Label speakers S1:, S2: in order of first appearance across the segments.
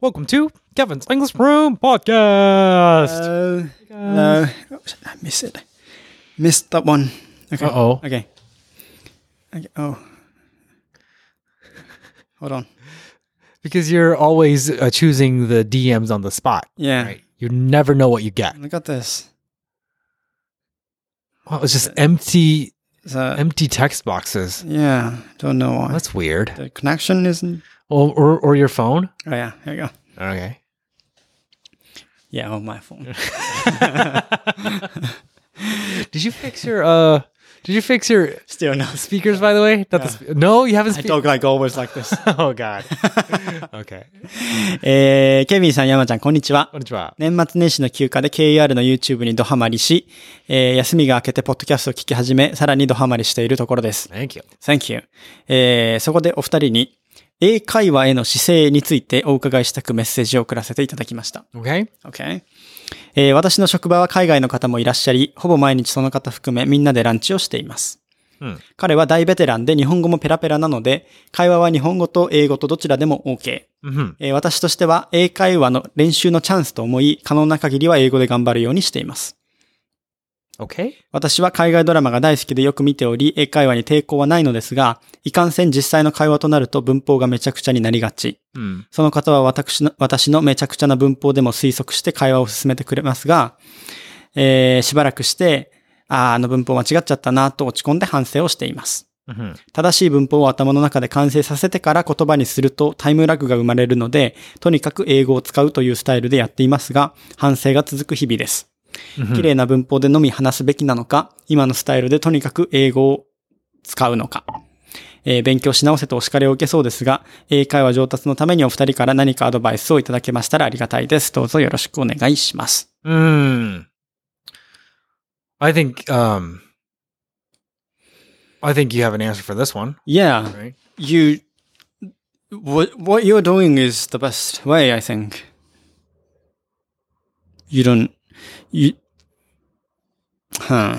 S1: Welcome to Kevin's English Room Podcast.
S2: Uh, no, Oops, I miss it. Missed that one. Okay.
S1: Uh-oh.
S2: Okay. okay. Oh. Hold on.
S1: because you're always uh, choosing the DMs on the spot.
S2: Yeah.
S1: Right? You never know what you get.
S2: Look at this.
S1: Well, it's just empty,
S2: So,
S1: empty text boxes.
S2: yeah, don't know why.
S1: That's weird.
S2: The connection isn't.
S1: Or or, or your phone.
S2: Oh, yeah, here you go.
S1: Okay.
S2: Yeah, on my phone.
S1: Did you fix your uh? Did you fix your
S2: Still not.
S1: speakers? By the way, not the spe- no, you haven't.
S2: I
S1: Spe-
S2: talk like always like this.
S1: oh God. okay.
S2: えー、ケビンさん、山ちゃん、こんにちは。
S1: こんにちは。
S2: 年末年始の休暇で KER の YouTube にドハマりし、えー休みが明けてポッドキャストを聞き始め、さらにドハマりしているところです。
S1: Thank you.
S2: Thank you. えーそこでお二人に、英会話への姿勢についてお伺いしたくメッセージを送らせていただきました。
S1: Okay.
S2: Okay. えー私の職場は海外の方もいらっしゃり、ほぼ毎日その方含めみんなでランチをしています。
S1: うん
S2: 彼は大ベテランで日本語もペラペラなので、会話は日本語と英語とどちらでも OK。
S1: Mm-hmm.
S2: えー私としては英会話の練習のチャンスと思い、可能な限りは英語で頑張るようにしています。
S1: Okay.
S2: 私は海外ドラマが大好きでよく見ており、英会話に抵抗はないのですが、いかんせん実際の会話となると文法がめちゃくちゃになりがち。
S1: Mm.
S2: その方は私の私のめちゃくちゃな文法でも推測して会話を進めてくれますが、えーしばらくして、あーあの文法間違っちゃったなと落ち込んで反省をしています。
S1: Mm-hmm.
S2: 正しい文法を頭の中で完成させてから言葉にするとタイムラグが生まれるので、とにかく英語を使うというスタイルでやっていますが、反省が続く日々です。
S1: Mhm.
S2: 綺麗な文法でのみ話すべきなのか、今のスタイルでとにかく英語を使うのか。えー勉強し直せとお叱りを受けそうですが、英会話上達のためにお二人から何かアドバイスをいただけましたらありがたいです。どうぞよろしくお願いします。
S1: Mm. I think um I think you have an answer for this one,
S2: Yeah,
S1: right?
S2: you, what, what you're doing is the best way, I think. You don't, you, huh.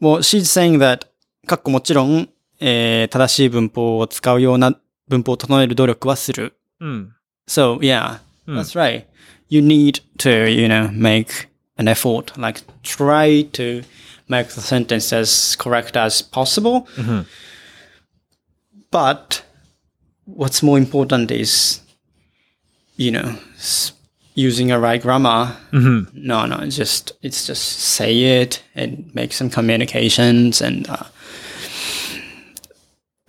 S2: Well, she's saying that, eh, かっこもちろん、えー正しい文法を使うような文法を整える努力はする。
S1: Mm.
S2: So, yeah,
S1: Hmm.
S2: that's right. You need to, you know, make an effort, like try to make the sentence as correct as possible.
S1: Mm-hmm.
S2: But what's more important is, you know, s- using a right grammar. No, no, it's just it's just say it and make some communications, and uh,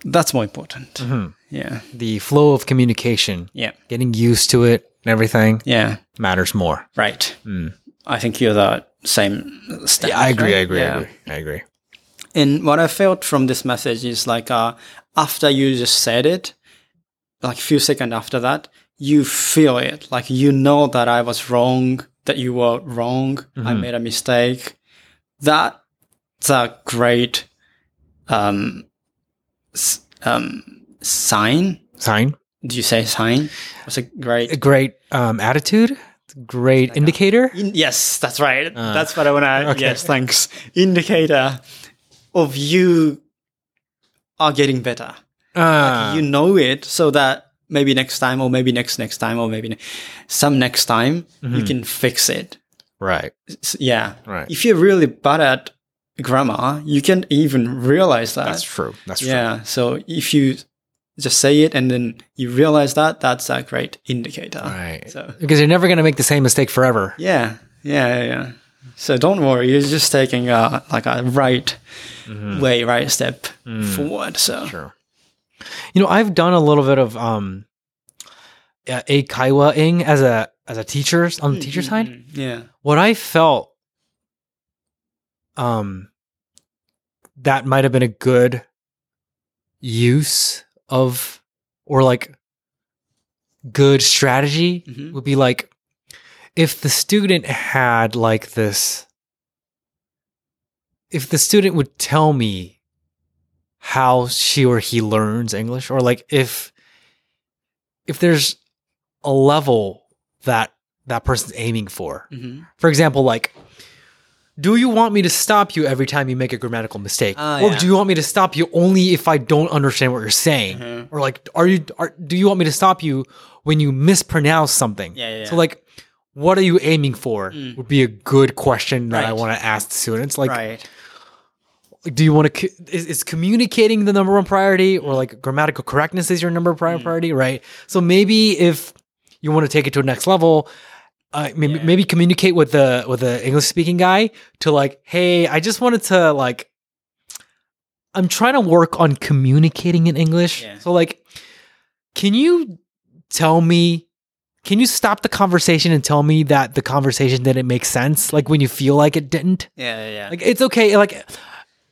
S2: that's more important. Yeah,
S1: The flow of communication,
S2: yeah,
S1: getting used to it and everything
S2: yeah.
S1: matters more.
S2: Right. I think you're the same. Stance,
S1: I agree,
S2: right?
S1: I agree,
S2: Yeah.
S1: I agree. I agree.
S2: And what I felt from this message is like uh, after you just said it, like a few seconds after that, you feel it. Like you know that I was wrong, that you were wrong, I made a mistake. That's a great um, s- um, sign.
S1: Sign.
S2: Do you say sign? It's a
S1: A
S2: great.
S1: great um attitude, It's a great indicator.
S2: In, yes, that's right. that's what I want to.
S1: okay.
S2: Yes, thanks. Indicator of you are getting better.
S1: Uh,
S2: you know it so that maybe next time or maybe next next time or maybe ne- some next time
S1: Mm-hmm.
S2: you can fix it
S1: right.
S2: S- yeah
S1: Right.
S2: if you're really bad at grammar you can even realize that
S1: That's true. That's true.
S2: yeah so if you just say it and then you realize that that's a great indicator
S1: Right.
S2: so
S1: Because you're never going to make the same mistake forever.
S2: yeah yeah yeah, yeah. so don't worry you're just taking a like a right
S1: Mm-hmm. Mm.
S2: way right step forward so
S1: Sure. You know, I've done a little bit of um uh, a kaiwa-ing as a as a teacher on the
S2: Mm-hmm,
S1: teacher side.
S2: yeah
S1: What I felt um that might have been a good use of or like good strategy
S2: Mhm.
S1: would be like if the student had like this if the student would tell me how she or he learns english or like if if there's a level that that person's aiming for
S2: hmm
S1: for example like do you want me to stop you every time you make a grammatical mistake,
S2: Ah,
S1: or
S2: yeah.
S1: do you want me to stop you only if I don't understand what you're
S2: Mm-hmm.
S1: saying, or like, are you? Are, do you want me to stop you when you mispronounce something?
S2: Yeah, yeah,
S1: So
S2: yeah.
S1: like, what are you aiming for? Would be a good question that I
S2: Right.
S1: want to ask students. Like,
S2: right.
S1: do you want to is, is communicating the number one priority or like grammatical correctness is your number one pri- priority right so maybe if you want to take it to a next level uh, maybe, maybe communicate with the with the english speaking guy to like hey i just wanted to like i'm trying to work on communicating in english
S2: Yeah.
S1: so like can you tell me can you stop the conversation and tell me that the conversation didn't make sense like when you feel like it didn't
S2: Yeah, yeah, yeah.
S1: like it's okay. Like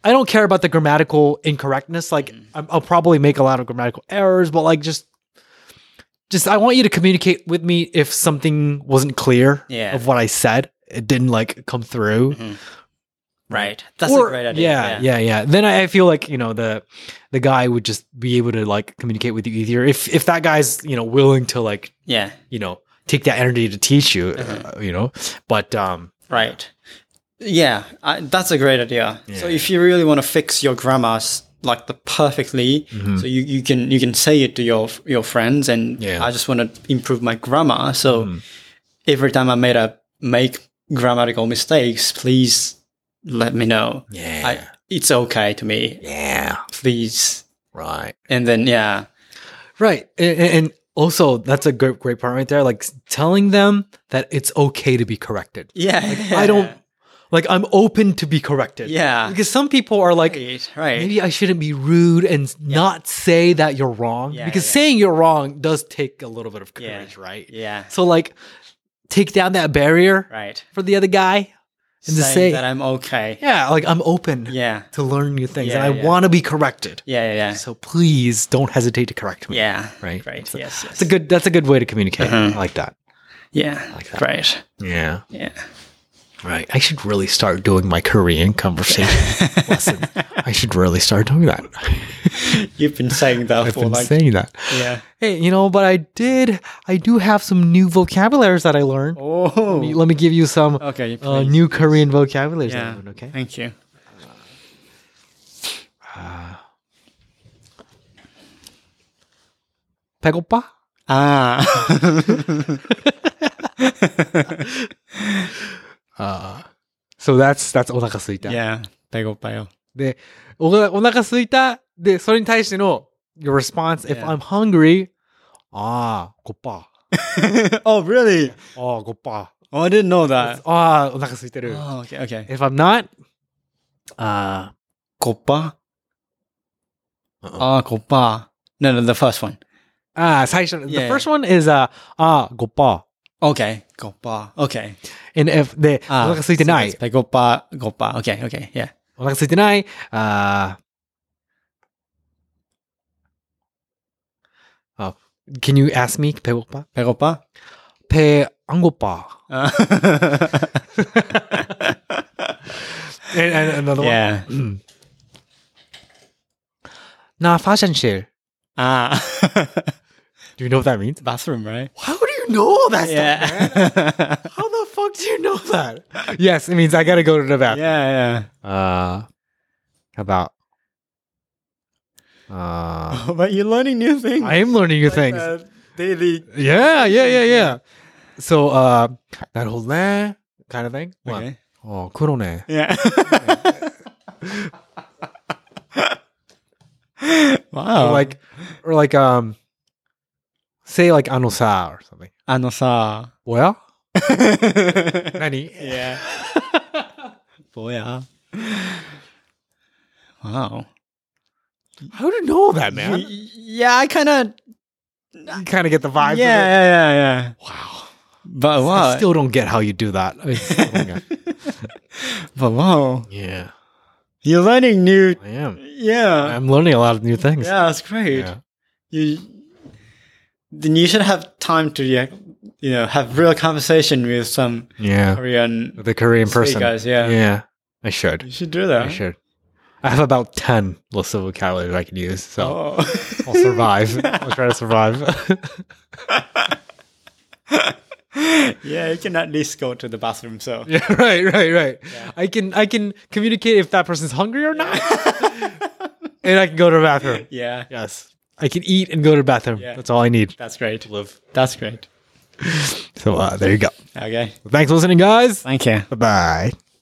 S1: I don't care about the grammatical incorrectness. Like
S2: Mm.
S1: I'm- I'll probably make a lot of grammatical errors, but like just, just I want you to communicate with me if something wasn't clear
S2: Yeah.
S1: of what I said. It didn't like come through.
S2: right. That's
S1: Or-
S2: a great idea.
S1: Yeah, yeah, yeah, Then I I feel like you know the the guy would just be able to like communicate with you easier if if that guy's you know willing to like
S2: Yeah,
S1: you know take that energy to teach you
S2: Mm-hmm.
S1: uh, you know. But um,
S2: right. Yeah, I, that's a great idea. So
S1: Yeah.
S2: if you really want to fix your grammars like the perfectly,
S1: Mm-hmm.
S2: so you, you can you can say it to your your friends, and
S1: Yeah. Mm-hmm.
S2: I just want to improve my grammar. So every time I made a make grammatical mistakes, please let me know.
S1: yeah,
S2: I, it's okay to me,
S1: yeah,
S2: please.
S1: right.
S2: And then yeah,
S1: Right. And, and- and also, that's a great, great part right there. Like s- telling them that it's okay to be corrected.
S2: yeah.
S1: I don't, like, I'm open to be corrected.
S2: Yeah.
S1: Because some people are like,
S2: Right, right.
S1: maybe I shouldn't be rude and s- not say that you're wrong.
S2: Yeah,
S1: because
S2: yeah.
S1: saying you're wrong does take a little bit of
S2: Yeah.
S1: courage, right?
S2: yeah,
S1: So, like, take down that barrier
S2: right.
S1: for the other guy and just say,
S2: Saying that I'm okay.
S1: yeah, like, I'm open
S2: Yeah,
S1: to learn new things
S2: Yeah,
S1: and I
S2: yeah.
S1: want to be corrected.
S2: yeah, yeah, yeah.
S1: So, please don't hesitate to correct me.
S2: yeah. Uh-huh.
S1: Right.
S2: Right.
S1: So-
S2: yes. yes.
S1: That's a good. That's a good way to communicate. I like that.
S2: Yeah.
S1: like that.
S2: Right.
S1: Yeah.
S2: Yeah.
S1: Right. I should really start doing my Korean conversation lesson. I should really start doing that.
S2: You've been saying that
S1: I've
S2: for
S1: been
S2: like
S1: saying that.
S2: yeah.
S1: Hey, you know, but I did. I do have some new vocabularies that I learned.
S2: Oh.
S1: Let me give you some
S2: Okay.
S1: uh,
S2: please.
S1: new Korean vocabularies. that I
S2: yeah.
S1: learned, okay.
S2: Thank you.
S1: 배고파?
S2: Ah.
S1: Uh, So that's that's お腹すいた。
S2: Uh. yeah. 배고파요.
S1: で、おがお腹すいた。で、それに対しての your response if
S2: Yeah.
S1: I'm hungry. ああ、ごっぱ。
S2: oh, really?
S1: ああ、ごっぱ。
S2: Oh, I didn't know
S1: あ
S2: that.
S1: あ、お腹空いてる。
S2: Oh, okay. Okay.
S1: If I'm not, uh,
S2: Copa.
S1: Uh-oh.
S2: Ah, copa. No, no, the first one.
S1: ah, 最初の、
S2: Yeah.
S1: the first one is, uh, あー、ごっぱ。
S2: Okay. Copa. Okay.
S1: and if で、
S2: Ah,
S1: お腹空いてない
S2: so。that's Pegopa, gopa. Okay. Okay. Yeah.
S1: お腹空いてない。あー、あ、can oh, you ask me? ペゴッパ
S2: Pegopa.
S1: ペ、アンゴッパ。
S2: Uh,
S1: and, and another
S2: yeah.
S1: one. な、ファッションシェル。
S2: Ah.
S1: Do you know what that means?
S2: Bathroom, right?
S1: How do you know that
S2: Yeah.
S1: How the fuck do you know that? yes, it means I gotta go to the bathroom.
S2: yeah.
S1: Uh, how about? Uh,
S2: Yeah. Oh, But you're learning new things.
S1: I am learning new things.
S2: Uh, daily.
S1: Yeah, yeah, yeah, yeah. So, uh, that whole nah kind of thing. What?
S2: Okay.
S1: Oh, 그러네.
S2: Yeah. wow.
S1: Or like, or like, um, say like anosa or something.
S2: あのさ。
S1: 뭐야? Nani?
S2: yeah. ぼや。Wow.
S1: How do you know that,
S2: Y-
S1: man?
S2: yeah, I kind of.
S1: You kind of get the
S2: Yeah,
S1: vibe. Of
S2: yeah,
S1: it.
S2: yeah, yeah.
S1: Wow.
S2: But
S1: I
S2: wow.
S1: still don't get how you do that. I still don't get-
S2: But wow.
S1: yeah,
S2: You're learning new.
S1: I am.
S2: Yeah.
S1: I'm learning a lot of new things.
S2: Yeah, that's great.
S1: Yeah.
S2: You. Then you should have time to, yeah, you know, have real conversation with some
S1: Yeah.
S2: Korean.
S1: The Korean person.
S2: Speakers, yeah.
S1: Yeah. I
S2: You
S1: should.
S2: should do that.
S1: I should. I have about 10 lists of vocabularies I can use. So
S2: Oh.
S1: I'll survive. I'll try to survive.
S2: yeah, you can at least go to the bathroom. So
S1: Yeah, right, right, right. I can I can communicate if that person's hungry or not, and I can go to the bathroom.
S2: yeah,
S1: Yes, I can eat and go to the bathroom.
S2: Yeah.
S1: That's all I need.
S2: that's great.
S1: Live.
S2: That's great.
S1: So uh, there you go.
S2: Okay.
S1: Thanks for listening, guys.
S2: Thank you.
S1: Bye bye.